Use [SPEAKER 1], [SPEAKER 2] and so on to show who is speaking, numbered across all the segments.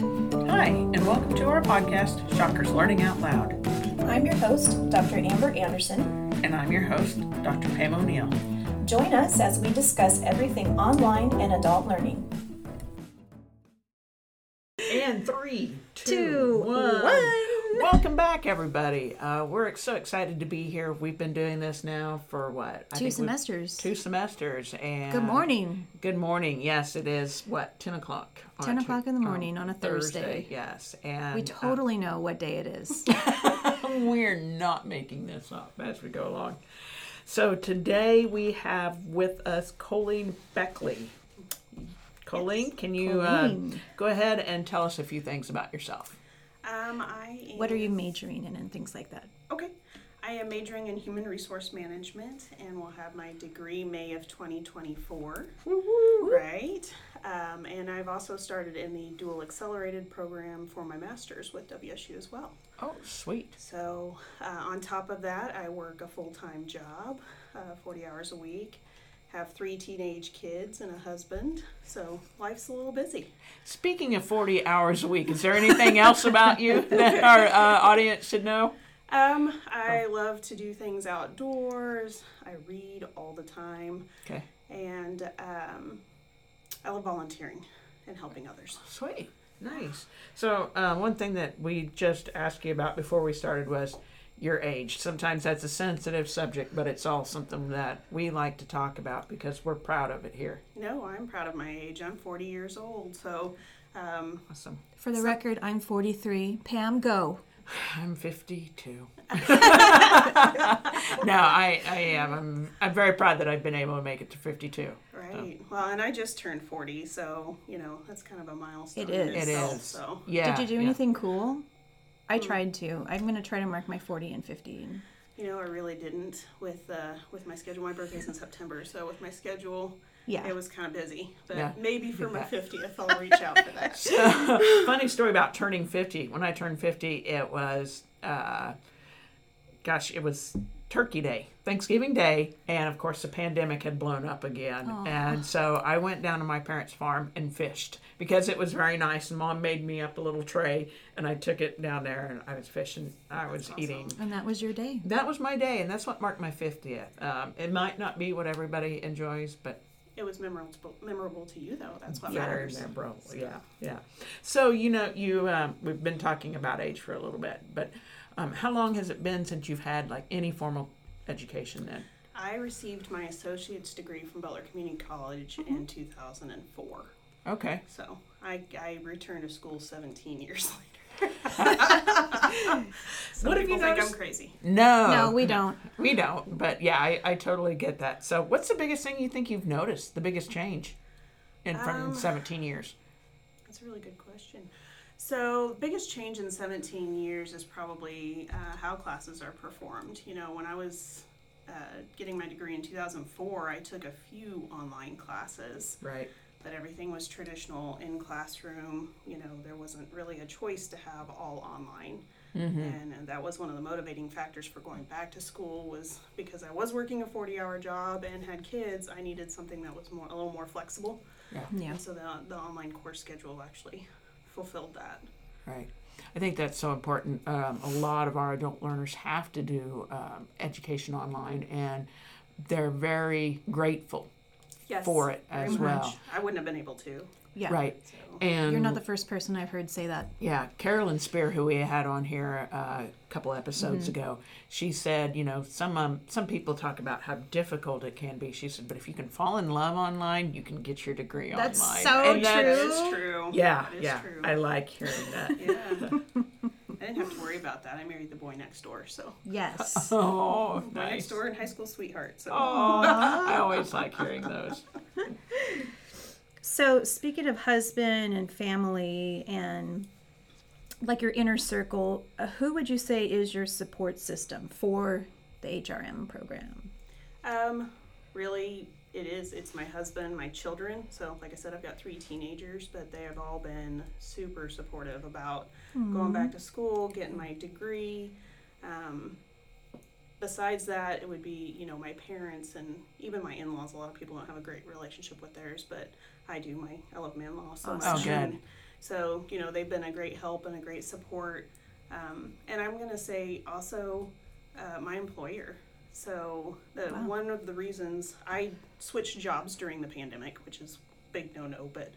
[SPEAKER 1] Hi, and welcome to our podcast, Shockers Learning Out Loud.
[SPEAKER 2] I'm your host, Dr. Amber Anderson.
[SPEAKER 1] And I'm your host, Dr. Pam O'Neill.
[SPEAKER 2] Join us as we discuss everything online and adult learning.
[SPEAKER 1] And three,
[SPEAKER 2] Two,
[SPEAKER 1] two, one.
[SPEAKER 2] one.
[SPEAKER 1] Welcome back, everybody. Uh, we're so excited to be here. We've been doing this now for what? I
[SPEAKER 3] Two
[SPEAKER 1] think we've-
[SPEAKER 3] semesters.
[SPEAKER 1] Two semesters. And
[SPEAKER 3] Good morning.
[SPEAKER 1] Good morning. Yes, it is what ten o'clock. on
[SPEAKER 3] 10
[SPEAKER 1] Tu-
[SPEAKER 3] o'clock in the
[SPEAKER 1] on
[SPEAKER 3] morning on a Thursday.
[SPEAKER 1] Yes, and
[SPEAKER 3] We
[SPEAKER 1] uh,
[SPEAKER 3] totally know what day it is.
[SPEAKER 1] We're not making this up as we go along. So today we have with us Colleen Beckley. Colleen, can you uh,
[SPEAKER 3] Colleen.
[SPEAKER 1] go ahead and tell us a few things about yourself?
[SPEAKER 4] Um, I am,
[SPEAKER 3] what are you majoring in and things like that?
[SPEAKER 4] Okay, I am majoring in human resource management, and will have my degree May of 2024. Right. Um, and I've also started in the dual accelerated program for my master's with WSU as well.
[SPEAKER 1] Oh, sweet.
[SPEAKER 4] So uh, on top of that, I work a full time job, uh, 40 hours a week. Have three teenage kids and a husband, so life's a little busy.
[SPEAKER 1] Speaking of 40 hours a week, is there anything else about you that our uh, audience should know?
[SPEAKER 4] Um, I
[SPEAKER 3] Oh.
[SPEAKER 4] love to do things outdoors. I read all the time.
[SPEAKER 1] Okay,
[SPEAKER 4] and um, I love volunteering and helping others.
[SPEAKER 1] sweet. Nice. So, uh, one thing that we just asked you about before we started was your age. Sometimes that's a sensitive subject, but it's all something that we like to talk about because we're proud of it here.
[SPEAKER 4] No, I'm proud of my age. I'm 40 years old, so um,
[SPEAKER 1] Awesome.
[SPEAKER 3] For the record, I'm 43. Pam, go.
[SPEAKER 1] I'm 52. no, I, I am. I'm, I'm very proud that I've been able to make it to 52.
[SPEAKER 4] right. Well, and I just turned 40, so you know that's kind of a milestone.
[SPEAKER 3] It
[SPEAKER 4] in
[SPEAKER 3] is.
[SPEAKER 1] It
[SPEAKER 4] itself,
[SPEAKER 1] is.
[SPEAKER 4] So
[SPEAKER 1] Yeah.
[SPEAKER 3] Did you do
[SPEAKER 1] yeah.
[SPEAKER 3] anything cool? I tried to. I'm going to try to mark my 40 and 50. and-
[SPEAKER 4] you know, I really didn't with uh, with my schedule. My birthday's in September, so with my schedule,
[SPEAKER 3] Yeah.
[SPEAKER 4] it was kind of busy. But
[SPEAKER 1] Yeah.
[SPEAKER 4] maybe for
[SPEAKER 1] Did
[SPEAKER 4] my
[SPEAKER 1] that.
[SPEAKER 4] 50th, I'll reach out for that.
[SPEAKER 1] Funny story about turning 50. When I turned 50, it was, uh, gosh, it was Turkey Day, Thanksgiving Day, and of course the pandemic had blown up again. And so I went down to my parents' farm and fished because it was very nice. And mom made me up a little tray, and I took it down there and I was fishing. I was eating
[SPEAKER 3] And that was your day.
[SPEAKER 1] that was my day, and that's what marked my 50th. Um, it might not be what everybody enjoys, but
[SPEAKER 4] It was memorable, memorable to you though. That's what
[SPEAKER 1] very
[SPEAKER 4] matters.
[SPEAKER 1] memorable. Yeah, yeah. So you know, you um, we've been talking about age for a little bit, but um, how long has it been since you've had like any formal education? Then
[SPEAKER 4] I received my associate's degree from Butler Community College in 2004.
[SPEAKER 1] okay,
[SPEAKER 4] So I, I returned to school 17 years later. Some
[SPEAKER 1] What have
[SPEAKER 4] people
[SPEAKER 1] you
[SPEAKER 4] think
[SPEAKER 1] noticed-
[SPEAKER 4] I'm crazy.
[SPEAKER 1] no,
[SPEAKER 3] No, we don't.
[SPEAKER 1] we don't. But yeah, I, I totally get that. So what's the biggest thing you think you've noticed? The biggest change in from
[SPEAKER 4] Um,
[SPEAKER 1] 17 years?
[SPEAKER 4] That's a really good question. So the biggest change in 17 years is probably uh, how classes are performed. You know, when I was uh, getting my degree in 2004, I took a few online classes.
[SPEAKER 1] Right.
[SPEAKER 4] that everything was traditional in classroom. You know, there wasn't really a choice to have all online.
[SPEAKER 1] Mm-hmm.
[SPEAKER 4] And, and that was one of the motivating factors for going back to school was because I was working a 40-hour job and had kids, I needed something that was more a little more flexible.
[SPEAKER 3] Yeah.
[SPEAKER 4] And so the, the online course schedule actually fulfilled that.
[SPEAKER 1] Right. I think that's so important. Um, a lot of our adult learners have to do um, education online, and they're very grateful
[SPEAKER 4] Yes.
[SPEAKER 1] for it
[SPEAKER 4] very
[SPEAKER 1] as well.
[SPEAKER 4] much. I wouldn't have been able to.
[SPEAKER 3] Yeah.
[SPEAKER 1] Right.
[SPEAKER 4] So
[SPEAKER 1] And
[SPEAKER 3] You're not the first person I've heard say that.
[SPEAKER 1] yeah, Carolyn Spear, who we had on here uh, a couple episodes
[SPEAKER 4] Mm-hmm.
[SPEAKER 1] ago, she said, you know, some um, some people talk about how difficult it can be. She said, but if you can fall in love online, you can get your degree
[SPEAKER 3] That's
[SPEAKER 1] online.
[SPEAKER 3] so
[SPEAKER 1] And that-
[SPEAKER 4] that
[SPEAKER 3] True.
[SPEAKER 4] is true.
[SPEAKER 1] Yeah,
[SPEAKER 4] That is
[SPEAKER 1] yeah.
[SPEAKER 4] true.
[SPEAKER 1] I like hearing that.
[SPEAKER 4] yeah. I didn't have to worry about that. I married the boy next door, so
[SPEAKER 3] Yes.
[SPEAKER 1] oh,
[SPEAKER 4] my next
[SPEAKER 1] nice.
[SPEAKER 4] door and high school sweetheart. So
[SPEAKER 1] Oh, I always like hearing those.
[SPEAKER 3] So, speaking of husband and family and like your inner circle, uh, who would you say is your support system for the HRM program?
[SPEAKER 4] Um, really, it is. It's my husband, my children. So, like I said, I've got three teenagers, but they have all been super supportive about going back to school, getting my degree. Um, besides that, it would be you know my parents and even my in-laws. A lot of people don't have a great relationship with theirs, but I do. My I love my in-laws so
[SPEAKER 3] Oh,
[SPEAKER 4] much.
[SPEAKER 1] Oh, good.
[SPEAKER 4] and, So, you know, they've been a great help and a great support. Um, and I'm going to say also uh, my employer. So, the, one of the reasons I switched jobs during the pandemic, which is big no no, but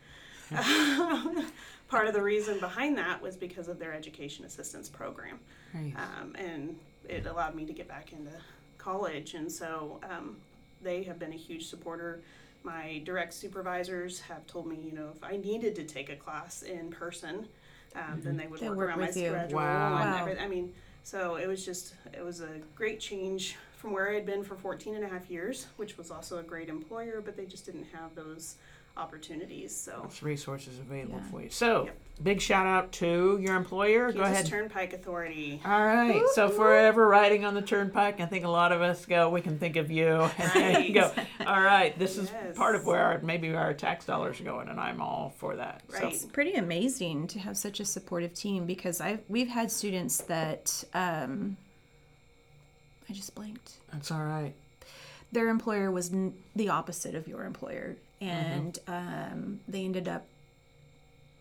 [SPEAKER 4] part of the reason behind that was because of their education assistance program. Um, and it allowed me to get back into college. And so um, they have been a huge supporter. My direct supervisors have told me, you know, if I needed to take a class in person, um, then they would
[SPEAKER 3] They
[SPEAKER 4] work,
[SPEAKER 3] work
[SPEAKER 4] around my
[SPEAKER 3] with you.
[SPEAKER 4] schedule
[SPEAKER 1] Wow.
[SPEAKER 4] and
[SPEAKER 3] Wow.
[SPEAKER 4] everything. I mean, so it was just, it was a great change from where I had been for 14 and a half years, which was also a great employer, but they just didn't have those opportunities. So
[SPEAKER 1] It's resources available for you. So, big shout out to your employer. Go
[SPEAKER 4] Kansas
[SPEAKER 1] ahead.
[SPEAKER 4] Turnpike Authority.
[SPEAKER 1] All right. So forever riding on the turnpike, I think a lot of us go. We can think of you and
[SPEAKER 4] Right.
[SPEAKER 1] go. All right, this is
[SPEAKER 4] Yes.
[SPEAKER 1] part of where our, maybe our tax dollars are going, and I'm all for that. So,
[SPEAKER 4] Right.
[SPEAKER 3] it's pretty amazing to have such a supportive team because I've we've had students that um, I just blanked.
[SPEAKER 1] that's all right.
[SPEAKER 3] Their employer was n- the opposite of your employer, and um, they ended up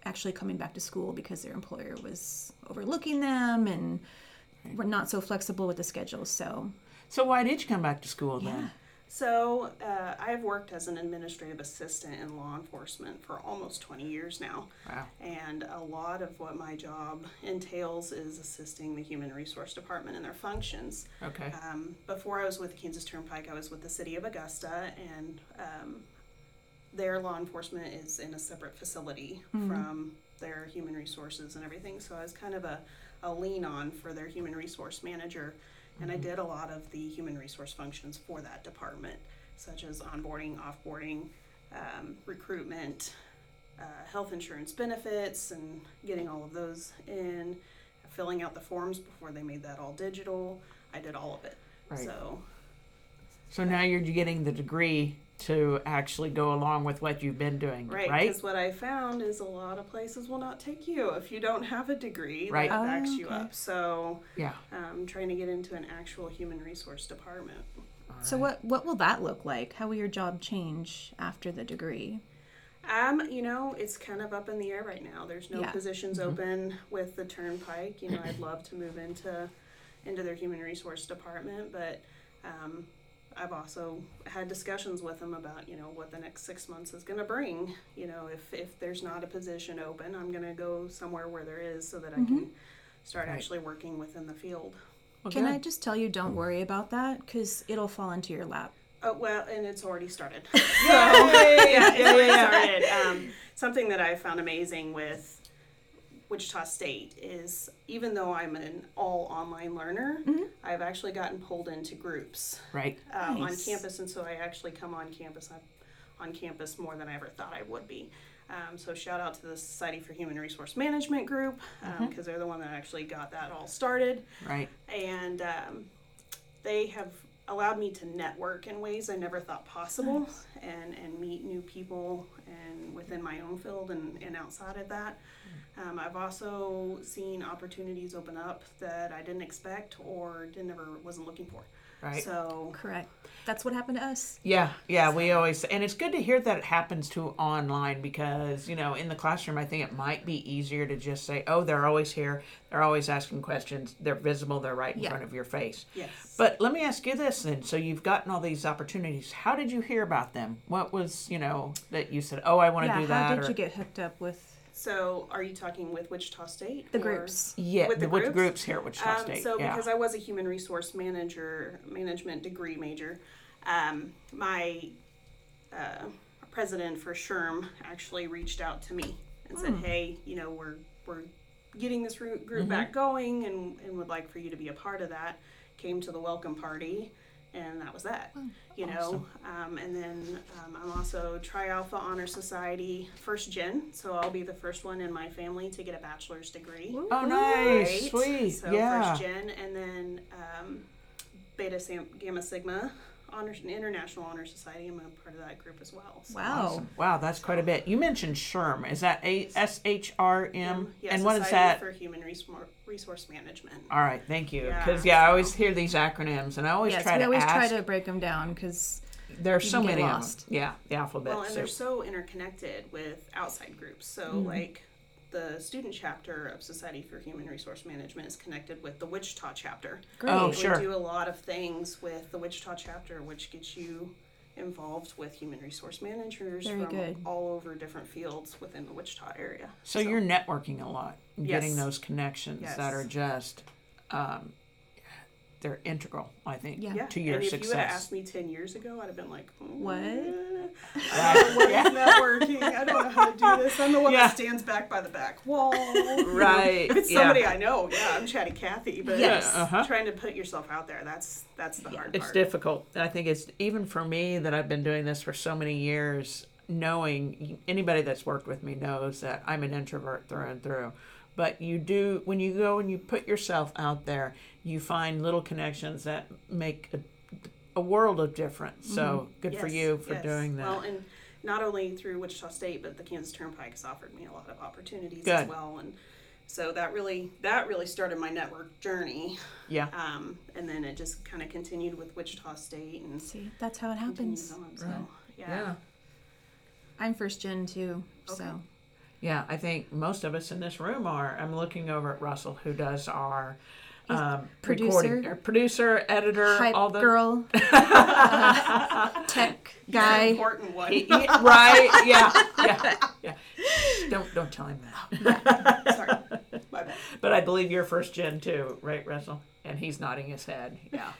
[SPEAKER 3] actually coming back to school because their employer was overlooking them and were not so flexible with the schedule. So
[SPEAKER 1] So why did you come back to school then?
[SPEAKER 4] So, uh, I have worked as an administrative assistant in law enforcement for almost 20 years now.
[SPEAKER 1] Wow.
[SPEAKER 4] And a lot of what my job entails is assisting the Human Resource Department in their functions.
[SPEAKER 1] Okay.
[SPEAKER 4] Um, before I was with Kansas Turnpike, I was with the City of Augusta, and um, their law enforcement is in a separate facility from their human resources and everything. So I was kind of a, a lean on for their human resource manager, and I did a lot of the human resource functions for that department, such as onboarding, offboarding, um, recruitment, uh, health insurance benefits and getting all of those in, filling out the forms before they made that all digital. I did all of it.
[SPEAKER 1] Right.
[SPEAKER 4] So,
[SPEAKER 1] So now you're getting the degree to actually go along with what you've been doing,
[SPEAKER 4] right.
[SPEAKER 1] right?
[SPEAKER 4] Because what I found is a lot of places will not take you if you don't have a degree
[SPEAKER 1] Right.
[SPEAKER 4] that
[SPEAKER 1] Oh,
[SPEAKER 4] backs you
[SPEAKER 3] okay.
[SPEAKER 4] up. So,
[SPEAKER 1] Yeah.
[SPEAKER 4] um, trying to get into an actual human resource department.
[SPEAKER 3] so what what will that look like? How will your job change after the degree?
[SPEAKER 4] Um, you know, it's kind of up in the air right now. There's no
[SPEAKER 3] Yeah.
[SPEAKER 4] positions open with the turnpike. You know, I'd love to move into into their human resource department, but um, I've also had discussions with them about you know what the next six months is going to bring. You know, if if there's not a position open, I'm going to go somewhere where there is, so that I can start
[SPEAKER 1] Right.
[SPEAKER 4] actually working within the field.
[SPEAKER 1] Well,
[SPEAKER 3] Can I
[SPEAKER 1] good.
[SPEAKER 3] just tell you, don't worry about that because it'll fall into your lap.
[SPEAKER 4] Oh well, and it's already started.
[SPEAKER 1] yeah, yeah, yeah, yeah.
[SPEAKER 4] started. Um, something that I found amazing with Wichita State is even though I'm an all online learner,
[SPEAKER 1] Mm-hmm.
[SPEAKER 4] I've actually gotten pulled into groups
[SPEAKER 1] Right.
[SPEAKER 4] uh, on
[SPEAKER 3] Nice.
[SPEAKER 4] campus, and so I actually come on campus. I'm on campus more than I ever thought I would be. Um, so shout out to the Society for Human Resource Management group because
[SPEAKER 1] Mm-hmm.
[SPEAKER 4] they're the one that actually got that all started
[SPEAKER 1] Right.
[SPEAKER 4] and um, they have allowed me to network in ways I never thought possible and, and meet new people and within my own field and, and outside of that.
[SPEAKER 3] Hmm.
[SPEAKER 4] Um, I've also seen opportunities open up that I didn't expect or didn't ever wasn't looking for.
[SPEAKER 1] Right.
[SPEAKER 4] So
[SPEAKER 3] Correct. That's what happened to us.
[SPEAKER 1] Yeah, yeah, we always, and it's good to hear that it happens to online because, you know, in the classroom, I think it might be easier to just say, oh, they're always here. They're always asking questions. They're visible. They're right in
[SPEAKER 3] Yeah.
[SPEAKER 1] front of your face.
[SPEAKER 4] yes.
[SPEAKER 1] But let me ask you this then. So you've gotten all these opportunities. How did you hear about them? What was, you know, that you said, oh, I want to
[SPEAKER 3] yeah.
[SPEAKER 1] do that?
[SPEAKER 3] how did
[SPEAKER 1] or-
[SPEAKER 3] you get hooked up with
[SPEAKER 4] So are you talking with Wichita State?
[SPEAKER 3] the
[SPEAKER 4] or-
[SPEAKER 3] groups?
[SPEAKER 1] yeah,
[SPEAKER 4] with the
[SPEAKER 1] which
[SPEAKER 4] groups?
[SPEAKER 1] groups here at Wichita
[SPEAKER 4] Um,
[SPEAKER 1] State?
[SPEAKER 4] so
[SPEAKER 1] yeah.
[SPEAKER 4] because I was a human resource manager, management degree major, um, my uh, president for SHRM actually reached out to me and said,
[SPEAKER 1] Hmm.
[SPEAKER 4] "Hey, you know, we're we're getting this roo- group
[SPEAKER 1] Mm-hmm.
[SPEAKER 4] back going, and and would like for you to be a part of that." Came to the welcome party, and that was that. you know, um, and then um, I'm also Tri Alpha Honor Society first gen, so I'll be the first one in my family to get a bachelor's degree.
[SPEAKER 1] oh, nice.
[SPEAKER 4] Right.
[SPEAKER 1] Sweet.
[SPEAKER 4] So
[SPEAKER 1] yeah.
[SPEAKER 4] first gen, and then um, Beta Sam- Gamma Sigma Honor International Honor Society. I'm a part of that group as well. So.
[SPEAKER 3] Wow.
[SPEAKER 1] Awesome. Wow, that's quite a bit. You mentioned SHRM. Is that A S H R M?
[SPEAKER 4] um, Yeah,
[SPEAKER 1] And what is that?
[SPEAKER 4] Society for Human Resmo- Resource Management?
[SPEAKER 1] All right, thank you.
[SPEAKER 4] Yeah,
[SPEAKER 1] Because yeah, I always hear these acronyms, and I always
[SPEAKER 3] Yes,
[SPEAKER 1] try
[SPEAKER 3] we
[SPEAKER 1] to
[SPEAKER 3] always
[SPEAKER 1] ask.
[SPEAKER 3] try to break them down because
[SPEAKER 1] there are so
[SPEAKER 3] can get
[SPEAKER 1] many of
[SPEAKER 3] lost.
[SPEAKER 1] them. Yeah, the alphabet.
[SPEAKER 4] Well, and
[SPEAKER 1] so- Hmm.
[SPEAKER 4] they're so interconnected with outside groups. So like the student chapter of Society for Human Resource Management is connected with the Wichita chapter.
[SPEAKER 3] Great.
[SPEAKER 1] Oh,
[SPEAKER 4] We
[SPEAKER 1] sure.
[SPEAKER 4] do a lot of things with the Wichita chapter, which gets you involved with human resource managers
[SPEAKER 3] Very
[SPEAKER 4] from
[SPEAKER 3] good.
[SPEAKER 4] all over different fields within the Wichita area.
[SPEAKER 1] So, you're networking a lot, and getting
[SPEAKER 4] Yes.
[SPEAKER 1] those connections that
[SPEAKER 4] Yes.
[SPEAKER 1] are just, um, they're integral, I think,
[SPEAKER 3] Yeah.
[SPEAKER 4] yeah.
[SPEAKER 1] to your
[SPEAKER 4] and if you had
[SPEAKER 1] success.
[SPEAKER 4] asked me ten years ago, I'd have been like, mm,
[SPEAKER 3] What?
[SPEAKER 1] Right.
[SPEAKER 4] What is networking? I don't know how to do this. I'm the one
[SPEAKER 1] Yeah.
[SPEAKER 4] that stands back by the back wall.
[SPEAKER 1] Right.
[SPEAKER 4] If it's
[SPEAKER 1] yeah.
[SPEAKER 4] somebody I know, yeah, I'm chatty Kathy, but
[SPEAKER 1] Yes. Yeah, uh-huh.
[SPEAKER 4] trying to put yourself out there, that's that's the hard
[SPEAKER 1] It's
[SPEAKER 4] part.
[SPEAKER 1] difficult. I think it's even for me that I've been doing this for so many years. Knowing anybody that's worked with me knows that I'm an introvert through and through. But you do when you go and you put yourself out there, you find little connections that make a, a world of difference. So good for
[SPEAKER 4] Mm-hmm. Yes,
[SPEAKER 1] you for
[SPEAKER 4] yes.
[SPEAKER 1] doing that.
[SPEAKER 4] Well, and not only through Wichita State, but the Kansas Turnpike has offered me a lot of opportunities
[SPEAKER 1] Good.
[SPEAKER 4] as well, and so that really that really started my network journey,
[SPEAKER 1] yeah,
[SPEAKER 4] um, and then it just kind of continued with Wichita State and
[SPEAKER 3] See, that's how it
[SPEAKER 4] continues
[SPEAKER 3] happens.
[SPEAKER 4] on. So
[SPEAKER 1] Right. yeah,
[SPEAKER 3] I'm first gen too, so
[SPEAKER 1] yeah. I think most of us in this room are. I'm looking over at Russell, who does our um, recording,
[SPEAKER 3] producer.
[SPEAKER 1] or producer, editor,
[SPEAKER 3] hype
[SPEAKER 1] all the
[SPEAKER 3] girl, uh, tech
[SPEAKER 4] It's an
[SPEAKER 3] guy.
[SPEAKER 4] important one.
[SPEAKER 1] Y- y- right? Yeah, yeah, yeah. Shh, Don't don't tell him that.
[SPEAKER 4] Sorry, my bad.
[SPEAKER 1] But I believe you're first gen too, right, Russell? And he's nodding his head. Yeah.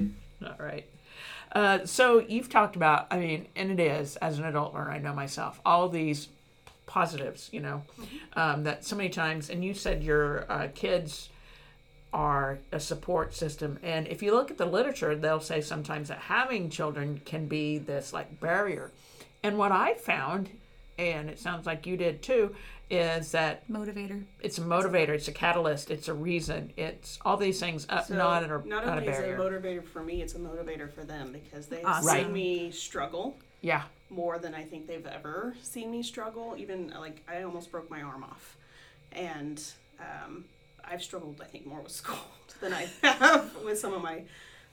[SPEAKER 1] All right. Uh, so you've talked about, I mean, and it is as an adult learner, I know myself, all these positives, you know, um, that so many times. And you said your uh, kids are a support system. And if you look at the literature, they'll say sometimes that having children can be this like barrier. And what I found, and it sounds like you did too, is that
[SPEAKER 3] motivator.
[SPEAKER 1] it's a motivator, it's a catalyst, it's a reason, it's all these things up,
[SPEAKER 4] So
[SPEAKER 1] not, an, not,
[SPEAKER 4] not only
[SPEAKER 1] a
[SPEAKER 4] is it
[SPEAKER 1] barrier.
[SPEAKER 4] a motivator for me, it's a motivator for them because they've
[SPEAKER 3] Awesome.
[SPEAKER 1] Right.
[SPEAKER 4] seen me struggle
[SPEAKER 1] yeah.
[SPEAKER 4] more than I think they've ever seen me struggle. Even like I almost broke my arm off, and um, I've struggled I think more with school than I have with some of my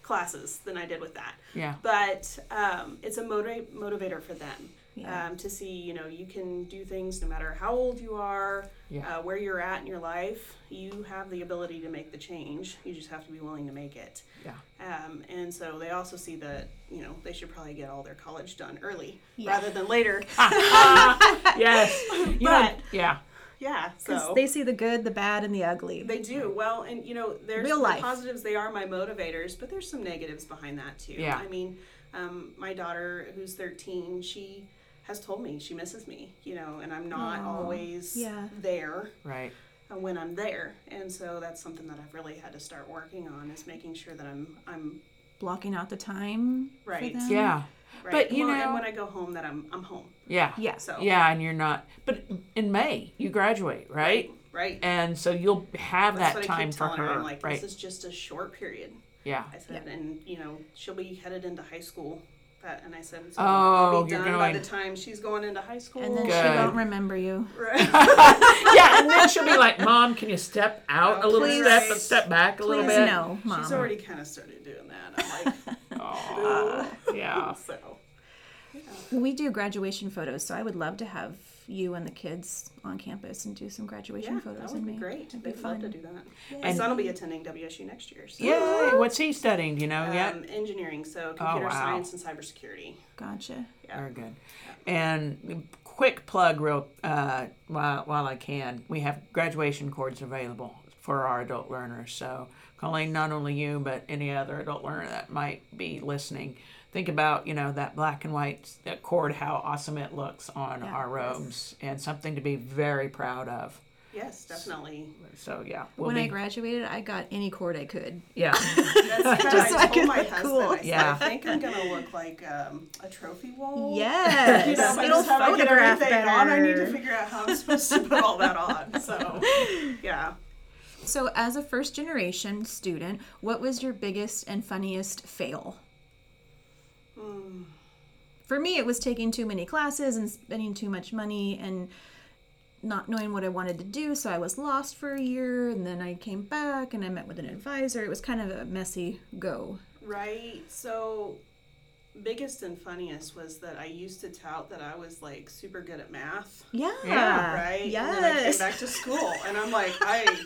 [SPEAKER 4] classes than I did with that.
[SPEAKER 1] Yeah.
[SPEAKER 4] But um, it's a motiv- motivator for them.
[SPEAKER 3] Yeah.
[SPEAKER 4] Um, to see, you know, you can do things no matter how old you are,
[SPEAKER 1] Yeah.
[SPEAKER 4] uh, where you're at in your life. You have the ability to make the change. You just have to be willing to make it.
[SPEAKER 1] Yeah.
[SPEAKER 4] Um, and so they also see that, you know, they should probably get all their college done early
[SPEAKER 3] Yeah.
[SPEAKER 4] rather than later.
[SPEAKER 1] yes. You know,
[SPEAKER 4] But-
[SPEAKER 1] yeah.
[SPEAKER 4] yeah.
[SPEAKER 3] 'Cause
[SPEAKER 4] So
[SPEAKER 3] they see the good, the bad, and the ugly.
[SPEAKER 4] they do. Well, and you know, there's
[SPEAKER 3] Real
[SPEAKER 4] the
[SPEAKER 3] life.
[SPEAKER 4] positives. They are my motivators, but there's some negatives behind that too.
[SPEAKER 1] Yeah.
[SPEAKER 4] I mean, um, my daughter who's 13, she has told me she misses me, you know, and I'm not always
[SPEAKER 3] yeah.
[SPEAKER 4] there
[SPEAKER 1] Right.
[SPEAKER 4] when I'm there. And so that's something that I've really had to start working on is making sure that I'm, I'm
[SPEAKER 3] Blocking out the time. for
[SPEAKER 4] Right.
[SPEAKER 3] them.
[SPEAKER 1] Yeah.
[SPEAKER 4] right.
[SPEAKER 1] But, you
[SPEAKER 4] well,
[SPEAKER 1] know-
[SPEAKER 4] and when I go home that I'm, I'm home.
[SPEAKER 1] Yeah.
[SPEAKER 3] Yeah.
[SPEAKER 4] So
[SPEAKER 1] Yeah, and you're not. But in May, you graduate, right?
[SPEAKER 4] right.
[SPEAKER 1] And so you'll have
[SPEAKER 4] That's
[SPEAKER 1] that
[SPEAKER 4] what I
[SPEAKER 1] time
[SPEAKER 4] keep
[SPEAKER 1] for
[SPEAKER 4] telling her.
[SPEAKER 1] her,
[SPEAKER 4] I'm like,
[SPEAKER 1] right?
[SPEAKER 4] this is just a short period.
[SPEAKER 1] yeah.
[SPEAKER 4] I said, and you know, she'll be headed into high school. That, and I said, so
[SPEAKER 1] Oh,
[SPEAKER 4] I'll be
[SPEAKER 1] you're
[SPEAKER 4] done by the
[SPEAKER 1] going-
[SPEAKER 4] time she's going into high school.
[SPEAKER 3] And then
[SPEAKER 1] Good.
[SPEAKER 3] she won't remember you.
[SPEAKER 1] yeah, and then she'll be like, "Mom, can you step out a little
[SPEAKER 4] please.
[SPEAKER 1] step, step back a little
[SPEAKER 3] Please
[SPEAKER 1] bit?"
[SPEAKER 3] no, mom.
[SPEAKER 4] she's already kind of started doing that. I'm like, "Oh,
[SPEAKER 1] Aw, yeah.
[SPEAKER 4] so
[SPEAKER 3] We do graduation photos, so I would love to have you and the kids on campus and do some graduation
[SPEAKER 4] yeah,
[SPEAKER 3] photos.
[SPEAKER 4] that
[SPEAKER 3] and
[SPEAKER 4] would be
[SPEAKER 3] me.
[SPEAKER 4] great.
[SPEAKER 3] It'd be
[SPEAKER 4] They'd love to
[SPEAKER 3] fun.
[SPEAKER 4] do that. My son will be attending WSU next year. So.
[SPEAKER 1] Yay! What's he studying? Do you know yet?
[SPEAKER 4] Um, engineering, so computer
[SPEAKER 1] Oh, wow.
[SPEAKER 4] science and cybersecurity.
[SPEAKER 3] Gotcha.
[SPEAKER 1] Very good. And quick plug, real uh, while while I can, we have graduation cords available for our adult learners. So Colleen, not only you, but any other adult learner that might be listening, think about you know that black and white that cord, how awesome it looks on our robes, and something to be very proud of.
[SPEAKER 4] Yes, definitely.
[SPEAKER 1] So yeah, we'll
[SPEAKER 3] when
[SPEAKER 1] be
[SPEAKER 3] I graduated, I got any cord I could.
[SPEAKER 1] yeah
[SPEAKER 4] That's what I
[SPEAKER 3] so I
[SPEAKER 4] told
[SPEAKER 3] can
[SPEAKER 4] my
[SPEAKER 3] look
[SPEAKER 4] husband.
[SPEAKER 3] cool.
[SPEAKER 4] I said,
[SPEAKER 1] Yeah.
[SPEAKER 4] I think I'm gonna look like um, a trophy wall.
[SPEAKER 3] Yes,
[SPEAKER 4] You know, by
[SPEAKER 3] it'll
[SPEAKER 4] the time I get
[SPEAKER 3] photograph
[SPEAKER 4] everything
[SPEAKER 3] better.
[SPEAKER 4] On, I need to figure out how I'm supposed to put all that on. So, yeah.
[SPEAKER 3] so, as a first generation student, what was your biggest and funniest fail?
[SPEAKER 4] Hmm.
[SPEAKER 3] For me, it was taking too many classes and spending too much money and not knowing what I wanted to do. So I was lost for a year, and then I came back and I met with an advisor. It was kind of a messy go.
[SPEAKER 4] Right. So biggest and funniest was that I used to tout that I was like super good at math,
[SPEAKER 3] Yeah.
[SPEAKER 1] Yeah,
[SPEAKER 4] right? And then I came
[SPEAKER 3] Yes.
[SPEAKER 4] back to school and I'm like, I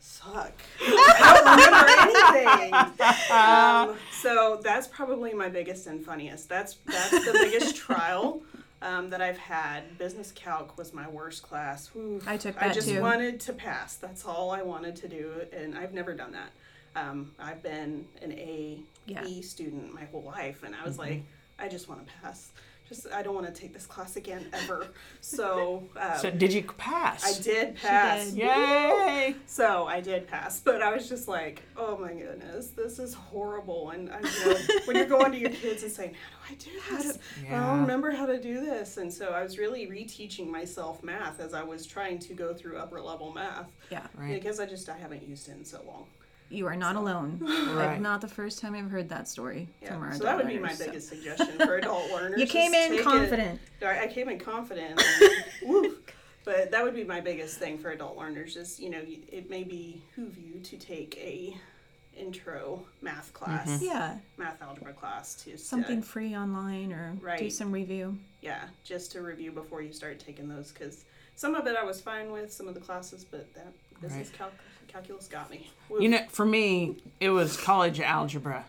[SPEAKER 4] suck. I don't remember anything. Um, so that's probably my biggest and funniest. That's that's the biggest trial. Um, that I've had. Business calc was my worst class. Oof.
[SPEAKER 3] I took
[SPEAKER 4] I
[SPEAKER 3] that
[SPEAKER 4] just
[SPEAKER 3] too.
[SPEAKER 4] wanted to pass. That's all I wanted to do, and I've never done that. Um, I've been an A
[SPEAKER 3] Yeah.
[SPEAKER 4] E student my whole life, and I was like, I just want to pass. Just I don't want to take this class again ever. So, um,
[SPEAKER 1] So did you
[SPEAKER 4] I
[SPEAKER 1] pass?
[SPEAKER 4] did pass.
[SPEAKER 3] did.
[SPEAKER 1] Yay!
[SPEAKER 4] So I did pass, but I was just like, oh my goodness, this is horrible. And I, you know, when you're going to your kids and saying, how do I do this? I
[SPEAKER 1] Yeah.
[SPEAKER 4] don't remember how to do this. And so I was really reteaching myself math as I was trying to go through upper level math
[SPEAKER 3] Yeah.
[SPEAKER 1] Right.
[SPEAKER 4] because I just I haven't used it in so long.
[SPEAKER 3] You are not alone.
[SPEAKER 1] Right.
[SPEAKER 3] Like not the first time I've heard that story
[SPEAKER 4] Yeah.
[SPEAKER 3] from our
[SPEAKER 4] So that would
[SPEAKER 3] adult
[SPEAKER 4] be my
[SPEAKER 3] learners, so-
[SPEAKER 4] biggest suggestion for adult learners.
[SPEAKER 3] You
[SPEAKER 4] is
[SPEAKER 3] came in
[SPEAKER 4] take it-
[SPEAKER 3] confident.
[SPEAKER 4] I I came in confident. and, woo. But that would be my biggest thing for adult learners is you know you- it may be behoove you to take a intro math class,
[SPEAKER 3] Mm-hmm. Yeah.
[SPEAKER 4] math algebra class to s-
[SPEAKER 3] Something
[SPEAKER 4] uh,
[SPEAKER 3] free online or do
[SPEAKER 4] Right.
[SPEAKER 3] some review.
[SPEAKER 4] yeah, just to review before you start taking those because some of it I was fine with some of the classes, but that business calc- calculus got me. Woo.
[SPEAKER 1] You know, for me, it was college algebra.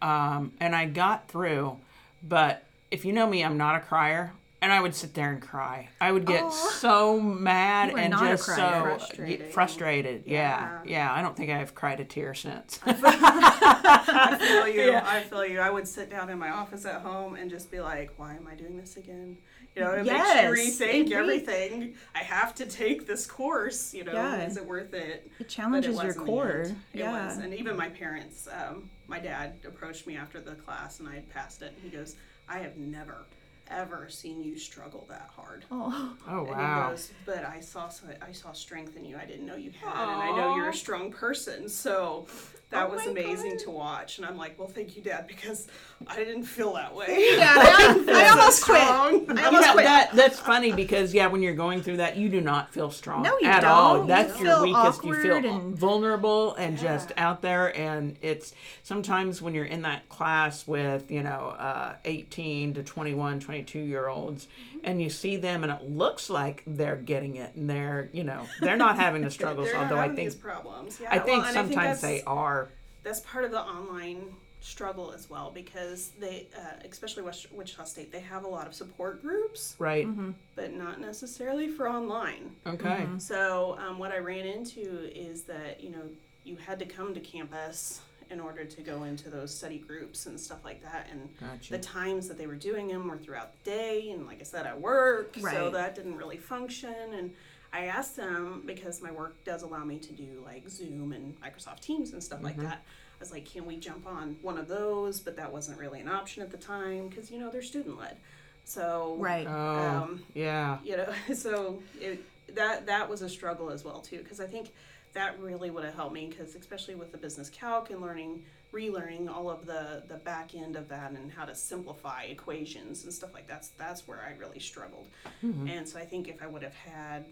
[SPEAKER 1] Um, and I got through, but if you know me, I'm not a crier. And I would sit there and cry. I would get so mad
[SPEAKER 3] You are
[SPEAKER 1] and
[SPEAKER 3] not a
[SPEAKER 1] just
[SPEAKER 3] crier.
[SPEAKER 1] so
[SPEAKER 4] Frustrated.
[SPEAKER 1] frustrated. Yeah. yeah. I don't think I've cried a tear since. Oh,
[SPEAKER 4] I feel you. I feel you. I would sit down in my office at home and just be like, "Why am I doing this again?" You know, it
[SPEAKER 3] Yes,
[SPEAKER 4] makes you
[SPEAKER 3] it
[SPEAKER 4] rethink
[SPEAKER 3] re-
[SPEAKER 4] everything. I have to take this course. You know,
[SPEAKER 3] Yeah.
[SPEAKER 4] is it worth it?
[SPEAKER 3] It
[SPEAKER 4] But it
[SPEAKER 3] challenges
[SPEAKER 4] was
[SPEAKER 3] your
[SPEAKER 4] in the
[SPEAKER 3] core.
[SPEAKER 4] end. It
[SPEAKER 3] yeah.
[SPEAKER 4] was. And even my parents, um, my dad approached me after the class, and I had passed it. And he goes, "I have never, ever seen you struggle that hard."
[SPEAKER 3] Oh.
[SPEAKER 1] Oh,
[SPEAKER 4] And
[SPEAKER 1] wow.
[SPEAKER 4] he goes, but I saw some, I saw strength in you. I didn't know you had, and I know you're a strong person. So that was amazing to watch. And I'm like, well, thank you, Dad, because I didn't feel that way.
[SPEAKER 3] Yeah, I, I almost quit.
[SPEAKER 4] Strong.
[SPEAKER 1] You know, that, that's funny because, yeah, when you're going through that, you do not feel strong
[SPEAKER 3] No, you
[SPEAKER 1] at
[SPEAKER 3] don't.
[SPEAKER 1] all.
[SPEAKER 3] You
[SPEAKER 1] That's your
[SPEAKER 3] feel
[SPEAKER 1] weakest. You feel
[SPEAKER 3] awkward and-
[SPEAKER 1] vulnerable and just out there. And it's sometimes when you're in that class with, you know, uh, 18 to 21, 22 year olds, and you see them and it looks like they're getting it and they're, you know, they're not having the struggles,
[SPEAKER 4] They're not
[SPEAKER 1] although I
[SPEAKER 4] having
[SPEAKER 1] think.
[SPEAKER 4] these problems. Yeah,
[SPEAKER 1] I think
[SPEAKER 4] well, and
[SPEAKER 1] sometimes
[SPEAKER 4] I
[SPEAKER 1] they
[SPEAKER 4] think
[SPEAKER 1] are.
[SPEAKER 4] that's part of the online struggle as well because they, uh, especially West, Wichita State, they have a lot of support groups,
[SPEAKER 1] Right.
[SPEAKER 4] but not necessarily for online.
[SPEAKER 1] Okay.
[SPEAKER 4] So um, what I ran into is that you know you had to come to campus in order to go into those study groups and stuff like that, and
[SPEAKER 1] Gotcha.
[SPEAKER 4] the times that they were doing them were throughout the day, and like I said, I work, so
[SPEAKER 3] Right.
[SPEAKER 4] that didn't really function. And I asked them because my work does allow me to do like Zoom and Microsoft Teams and stuff
[SPEAKER 3] Mm-hmm.
[SPEAKER 4] like that. I was like, can we jump on one of those? But that wasn't really an option at the time because you know they're student led. So
[SPEAKER 3] Right.
[SPEAKER 1] Oh,
[SPEAKER 4] Um,
[SPEAKER 1] yeah.
[SPEAKER 4] you know so it, that that was a struggle as well too because i think that really would have helped me because especially with the business calc and learning relearning all of the the back end of that and how to simplify equations and stuff like that's that's where i really struggled and so i think if i would have had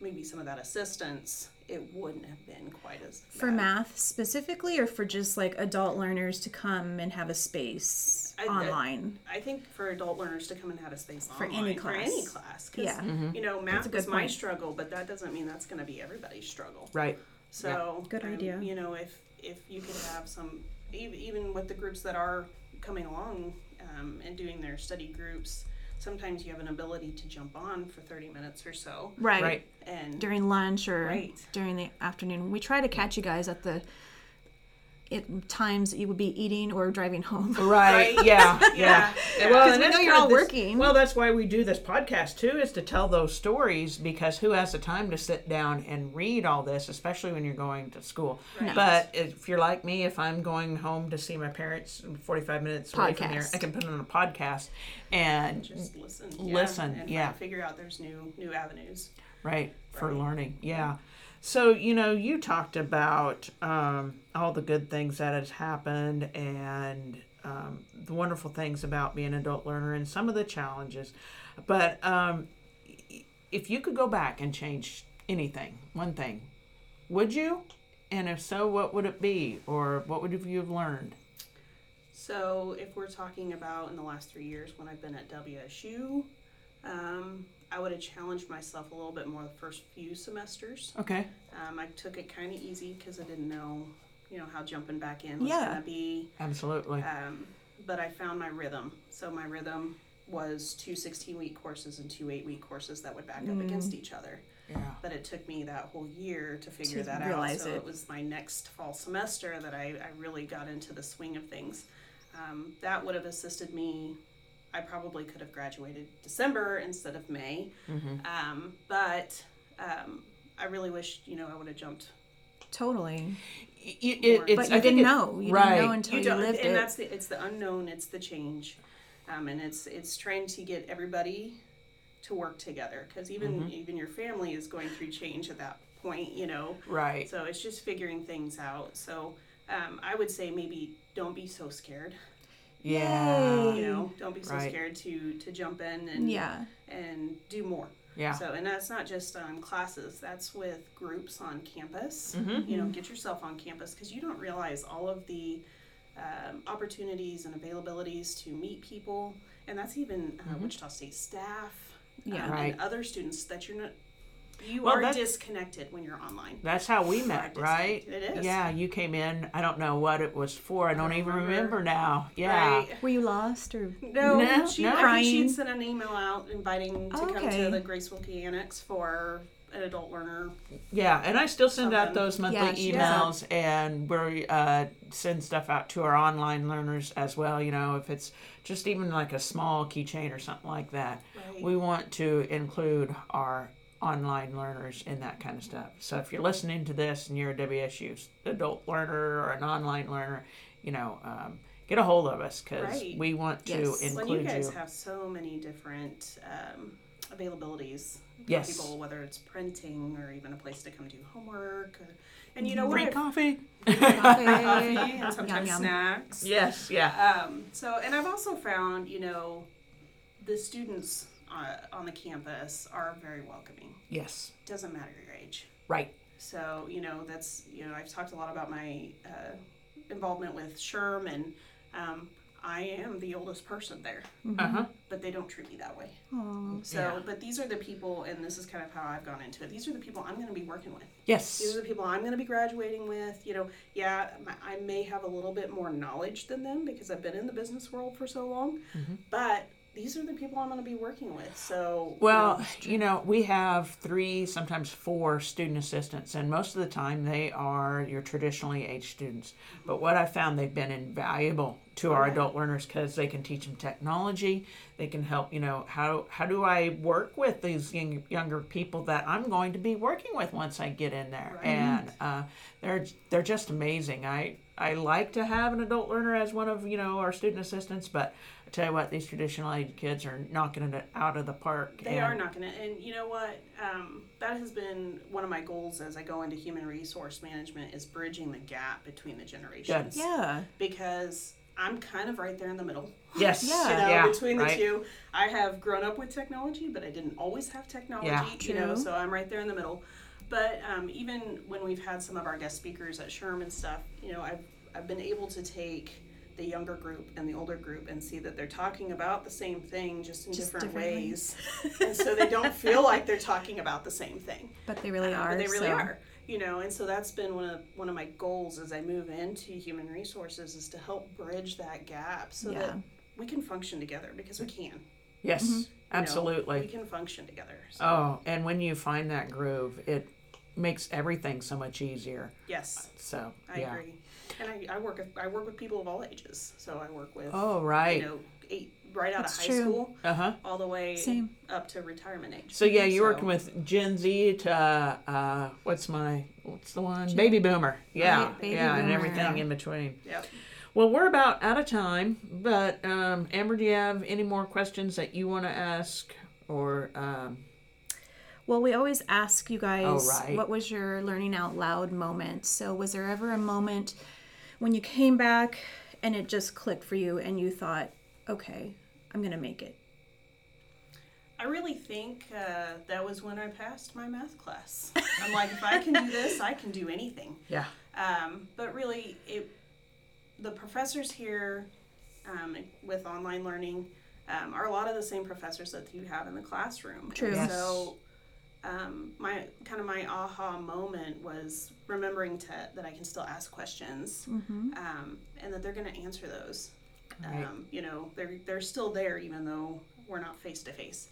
[SPEAKER 4] maybe some of that assistance it wouldn't have been quite as
[SPEAKER 3] for
[SPEAKER 4] bad.
[SPEAKER 3] math specifically or for just like adult learners to come and have a space
[SPEAKER 4] I- I-
[SPEAKER 3] online
[SPEAKER 4] I think for adult learners to come and have a space
[SPEAKER 3] For any
[SPEAKER 4] online for any
[SPEAKER 3] class.
[SPEAKER 4] class 'cause,
[SPEAKER 3] Yeah.
[SPEAKER 4] you know math
[SPEAKER 3] good
[SPEAKER 4] was my
[SPEAKER 3] point.
[SPEAKER 4] struggle but that doesn't mean that's going to be everybody's struggle
[SPEAKER 1] Right.
[SPEAKER 4] So um,
[SPEAKER 3] Good idea.
[SPEAKER 4] You know, if if you could have some, ev- even with the groups that are coming along um, and doing their study groups, sometimes you have an ability to jump on for thirty minutes or so,
[SPEAKER 3] right,
[SPEAKER 1] Right.
[SPEAKER 4] and
[SPEAKER 3] during lunch or
[SPEAKER 4] Right.
[SPEAKER 3] during the afternoon we try to catch you guys at the at times that you would be eating or driving home
[SPEAKER 1] Right.
[SPEAKER 4] Right?
[SPEAKER 1] Yeah. Yeah.
[SPEAKER 4] Yeah.
[SPEAKER 1] Well,
[SPEAKER 3] 'Cause
[SPEAKER 1] and
[SPEAKER 3] we
[SPEAKER 1] that's
[SPEAKER 3] know you're
[SPEAKER 1] kinda
[SPEAKER 3] all
[SPEAKER 1] this-
[SPEAKER 3] working.
[SPEAKER 1] Well, that's why we do this podcast too, is to tell those stories because who has the time to sit down and read all this, especially when you're going to school. But if you're like me, if I'm going home to see my parents, 45 minutes away from here,
[SPEAKER 3] Podcast.
[SPEAKER 1] I can put on a podcast and
[SPEAKER 4] just listen,
[SPEAKER 1] Listen,
[SPEAKER 4] and find-
[SPEAKER 1] yeah.
[SPEAKER 4] figure out there's new new avenues.
[SPEAKER 1] right for learning yeah so you know you talked about um, all the good things that has happened and um, the wonderful things about being an adult learner and some of the challenges but um, y- if you could go back and change anything one thing would you and if so what would it be or what would you have learned
[SPEAKER 4] So, if we're talking about in the last three years when I've been at WSU, um, I would have challenged myself a little bit more the first few semesters.
[SPEAKER 1] Okay.
[SPEAKER 4] Um, I took it kind of easy because I didn't know, you know, how jumping back in was
[SPEAKER 3] Yeah.
[SPEAKER 4] gonna be.
[SPEAKER 3] Uh,
[SPEAKER 1] Absolutely.
[SPEAKER 4] Um, but I found my rhythm. So my rhythm was two 16 week courses and two eight week courses that would back up against each other.
[SPEAKER 1] Yeah.
[SPEAKER 4] But it took me that whole year to figure that out.
[SPEAKER 3] realize
[SPEAKER 4] So it.
[SPEAKER 3] it.
[SPEAKER 4] was my next fall semester that I, I really got into the swing of things. Um, that would have assisted me. I probably could have graduated December instead of May. Um, but um, I really wish, you know, I would have jumped
[SPEAKER 3] Totally.
[SPEAKER 1] Y- y- it- it's-
[SPEAKER 3] But
[SPEAKER 1] I
[SPEAKER 3] you
[SPEAKER 1] think
[SPEAKER 3] didn't
[SPEAKER 1] it-
[SPEAKER 3] know. You
[SPEAKER 1] right.
[SPEAKER 3] didn't know until you,
[SPEAKER 4] don't,
[SPEAKER 3] lived
[SPEAKER 4] and
[SPEAKER 3] it.
[SPEAKER 4] that's the it's the unknown it's the change um, and it's it's trying to get everybody to work together because even even your family is going through change at that point you know
[SPEAKER 1] Right.
[SPEAKER 4] so it's just figuring things out so um, i would say maybe don't be so scared
[SPEAKER 1] Yeah.
[SPEAKER 4] you know don't be so
[SPEAKER 1] Right.
[SPEAKER 4] scared to to jump in and
[SPEAKER 3] yeah.
[SPEAKER 4] and do more
[SPEAKER 1] Yeah.
[SPEAKER 4] so, and that's not just on classes, that's with groups on campus.
[SPEAKER 1] Mm-hmm.
[SPEAKER 4] You know, get yourself on campus because you don't realize all of the um, opportunities and availabilities to meet people. And that's even uh, Wichita State staff
[SPEAKER 3] Yeah.
[SPEAKER 4] um,
[SPEAKER 1] Mm-hmm. Right.
[SPEAKER 4] and other students that you're not, you
[SPEAKER 1] Well,
[SPEAKER 4] are
[SPEAKER 1] that's-
[SPEAKER 4] disconnected when you're online.
[SPEAKER 1] That's how we met,
[SPEAKER 4] Practice it.
[SPEAKER 1] right?
[SPEAKER 4] It is.
[SPEAKER 1] Yeah, you came in. I don't know what it was for. I don't even
[SPEAKER 4] remember.
[SPEAKER 1] remember now. Yeah.
[SPEAKER 4] Right?
[SPEAKER 3] Were you lost or?
[SPEAKER 4] No,
[SPEAKER 1] No,
[SPEAKER 4] she,
[SPEAKER 1] no.
[SPEAKER 4] I think
[SPEAKER 3] Crying.
[SPEAKER 4] she'd sent an email out inviting to come
[SPEAKER 3] Okay.
[SPEAKER 4] to the Grace Wilkie Annex for an adult learner
[SPEAKER 1] Yeah, and I still send out
[SPEAKER 4] Something.
[SPEAKER 1] those monthly
[SPEAKER 3] Yeah, she
[SPEAKER 1] emails,
[SPEAKER 3] does.
[SPEAKER 1] and we uh, send stuff out to our online learners as well. You know, if it's just even like a small keychain or something like that,
[SPEAKER 4] Right.
[SPEAKER 1] we want to include our online learners in that kind of stuff. So if you're listening to this and you're a WSU 's adult learner or an online learner, you know, um, get a hold of us because
[SPEAKER 4] Right.
[SPEAKER 1] we want to
[SPEAKER 3] Yes.
[SPEAKER 1] include
[SPEAKER 4] Well, you guys have so many different um, availabilities for
[SPEAKER 1] Yes.
[SPEAKER 4] people, whether it's printing or even a place to come do homework, or, and you know
[SPEAKER 1] Free
[SPEAKER 4] what,
[SPEAKER 1] coffee.
[SPEAKER 4] coffee
[SPEAKER 3] Okay.
[SPEAKER 4] and sometimes
[SPEAKER 3] yum.
[SPEAKER 4] snacks.
[SPEAKER 1] Yes. Yeah.
[SPEAKER 4] Um, so, and I've also found, you know, the students uh, on the campus are very welcoming.
[SPEAKER 1] Yes.
[SPEAKER 4] Doesn't matter your age.
[SPEAKER 1] Right.
[SPEAKER 4] So, you know, that's, you know, I've talked a lot about my uh, involvement with SHRM, and um, I am the oldest person there,
[SPEAKER 1] Uh huh.
[SPEAKER 4] but they don't treat me that way.
[SPEAKER 3] Aw.
[SPEAKER 4] So,
[SPEAKER 1] Yeah.
[SPEAKER 4] but these are the people, and this is kind of how I've gone into it. These are the people I'm going to be working with. These
[SPEAKER 1] Yes.
[SPEAKER 4] are the people I'm going to be graduating with. You know, yeah, my, I may have a little bit more knowledge than them because I've been in the business world for so long,
[SPEAKER 1] Mm-hmm.
[SPEAKER 4] but these are the people I'm going to be working with. So, you know,
[SPEAKER 1] Well, you know, we have three, sometimes four student assistants, and most of the time they are your traditionally aged students. But what I found they've been invaluable to our adult learners because they can teach them technology. They can help, you know, how how do I work with these young, younger people that I'm going to be working with once I get in there, and uh, they're they're just amazing. I I like to have an adult learner as one of you know our student assistants, but I tell you what, these traditional aid kids are knocking it out of the park.
[SPEAKER 4] They
[SPEAKER 1] and-
[SPEAKER 4] are not going to. And you know what? Um, that has been one of my goals as I go into human resource management is bridging the gap between the generations.
[SPEAKER 3] Yeah.
[SPEAKER 4] Because I'm kind of right there in the middle.
[SPEAKER 1] Yes.
[SPEAKER 3] Yeah.
[SPEAKER 4] you know,
[SPEAKER 1] yeah,
[SPEAKER 4] between the
[SPEAKER 1] right.
[SPEAKER 4] two. I have grown up with technology, but I didn't always have technology,
[SPEAKER 1] Yeah.
[SPEAKER 4] you know,
[SPEAKER 3] True.
[SPEAKER 4] so I'm right there in the middle. But um, even when we've had some of our guest speakers at Sherm and stuff, you know, I've, I've been able to take the younger group and the older group and see that they're talking about the same thing just in
[SPEAKER 3] Just
[SPEAKER 4] different,
[SPEAKER 3] differently.
[SPEAKER 4] ways. and so they don't feel like they're talking about the same thing.
[SPEAKER 3] But they really
[SPEAKER 4] Uh,
[SPEAKER 3] are.
[SPEAKER 4] but they really
[SPEAKER 3] so-
[SPEAKER 4] are. You know, and so that's been one of one of my goals as I move into human resources is to help bridge that gap so
[SPEAKER 3] Yeah.
[SPEAKER 4] that we can function together because we can. you know?
[SPEAKER 1] Yes. Absolutely.
[SPEAKER 4] we can function together. So,
[SPEAKER 1] Oh, and when you find that groove, it makes everything so much easier.
[SPEAKER 4] yes,
[SPEAKER 1] So
[SPEAKER 4] I
[SPEAKER 1] yeah.
[SPEAKER 4] agree. And I, I work with- I work with people of all ages. So I work with
[SPEAKER 1] Oh right.
[SPEAKER 4] you know eight right out
[SPEAKER 3] That's
[SPEAKER 4] of high
[SPEAKER 3] true.
[SPEAKER 4] school
[SPEAKER 1] uh huh.
[SPEAKER 4] all the way
[SPEAKER 3] Same.
[SPEAKER 4] up to retirement age.
[SPEAKER 1] So yeah, you're
[SPEAKER 4] So-
[SPEAKER 1] working with Gen Z to uh, uh, what's my what's the one baby boomer, yeah,
[SPEAKER 3] Right, baby
[SPEAKER 1] yeah, and
[SPEAKER 3] boomer.
[SPEAKER 1] everything
[SPEAKER 3] Yeah.
[SPEAKER 1] in between.
[SPEAKER 4] Yep.
[SPEAKER 1] Well, we're about out of time, but um, Amber, do you have any more questions that you want to ask, or um,
[SPEAKER 3] Well, we always ask you guys
[SPEAKER 1] Oh, right.
[SPEAKER 3] what was your learning out loud moment. So, was there ever a moment when you came back and it just clicked for you and you thought, okay, I'm going to make it?
[SPEAKER 4] I really think uh, that was when I passed my math class. I'm like, if I can do this, I can do anything.
[SPEAKER 1] yeah,
[SPEAKER 4] Um, but really, it the professors here um, with online learning um, are a lot of the same professors that you have in the classroom. And
[SPEAKER 3] True. Yes.
[SPEAKER 4] So um, my kind of my aha moment was remembering to that I can still ask questions um, and that they're going to answer those.
[SPEAKER 1] Right.
[SPEAKER 4] Um, you know, they're they're still there even though we're not face to face.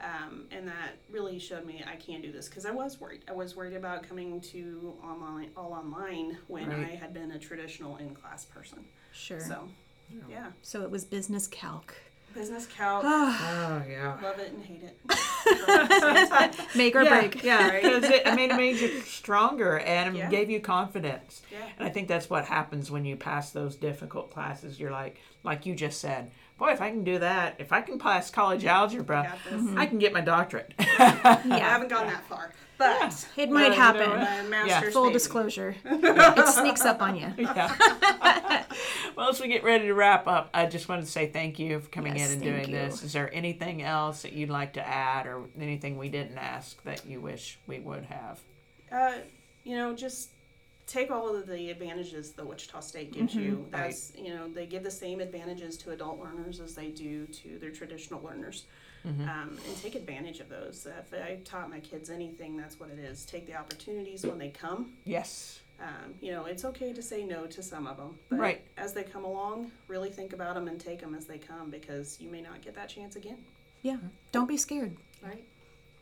[SPEAKER 4] Um, And that really showed me I can do this because I was worried. I was worried about coming to online all online when
[SPEAKER 1] Right.
[SPEAKER 4] I had been a traditional in class person.
[SPEAKER 3] Sure. So,
[SPEAKER 4] So yeah,
[SPEAKER 3] it was business calc.
[SPEAKER 4] business calc,
[SPEAKER 1] Oh yeah.
[SPEAKER 4] love it and hate it. But at the same time,
[SPEAKER 3] Make or
[SPEAKER 1] yeah,
[SPEAKER 3] break.
[SPEAKER 1] yeah, because it, I mean, it made you stronger and
[SPEAKER 4] Yeah.
[SPEAKER 1] gave you confidence.
[SPEAKER 4] Yeah.
[SPEAKER 1] And I think that's what happens when you pass those difficult classes. You're like, like you just said, boy, if I can do that, if I can pass college algebra,
[SPEAKER 4] got this.
[SPEAKER 3] Mm-hmm.
[SPEAKER 1] I can get my doctorate.
[SPEAKER 4] I haven't gone that far, but
[SPEAKER 3] It might
[SPEAKER 1] Well, you know
[SPEAKER 3] happen.
[SPEAKER 1] what?
[SPEAKER 4] my master's
[SPEAKER 3] Full
[SPEAKER 4] maybe.
[SPEAKER 3] disclosure. it sneaks up on you.
[SPEAKER 1] Yeah. well, as we get ready to wrap up, I just wanted to say thank you for coming
[SPEAKER 3] Yes,
[SPEAKER 1] in and
[SPEAKER 3] thank
[SPEAKER 1] doing
[SPEAKER 3] you.
[SPEAKER 1] this. Is there anything else that you'd like to add or anything we didn't ask that you wish we would have?
[SPEAKER 4] Uh, you know, just take all of the advantages the Wichita State gives you. That's you know, they give the same advantages to adult learners as they do to their traditional learners, um, and take advantage of those. If I taught my kids anything, that's what it is. Take the opportunities when they come.
[SPEAKER 1] Yes.
[SPEAKER 4] Um, you know, it's okay to say no to some of them, but
[SPEAKER 1] Right.
[SPEAKER 4] as they come along, really think about them and take them as they come because you may not get that chance again.
[SPEAKER 3] Yeah. Don't be scared.
[SPEAKER 4] Right.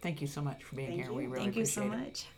[SPEAKER 1] Thank you so much for being
[SPEAKER 4] Thank
[SPEAKER 1] here.
[SPEAKER 4] you.
[SPEAKER 1] We really
[SPEAKER 3] Thank you so
[SPEAKER 1] appreciate it.
[SPEAKER 3] much.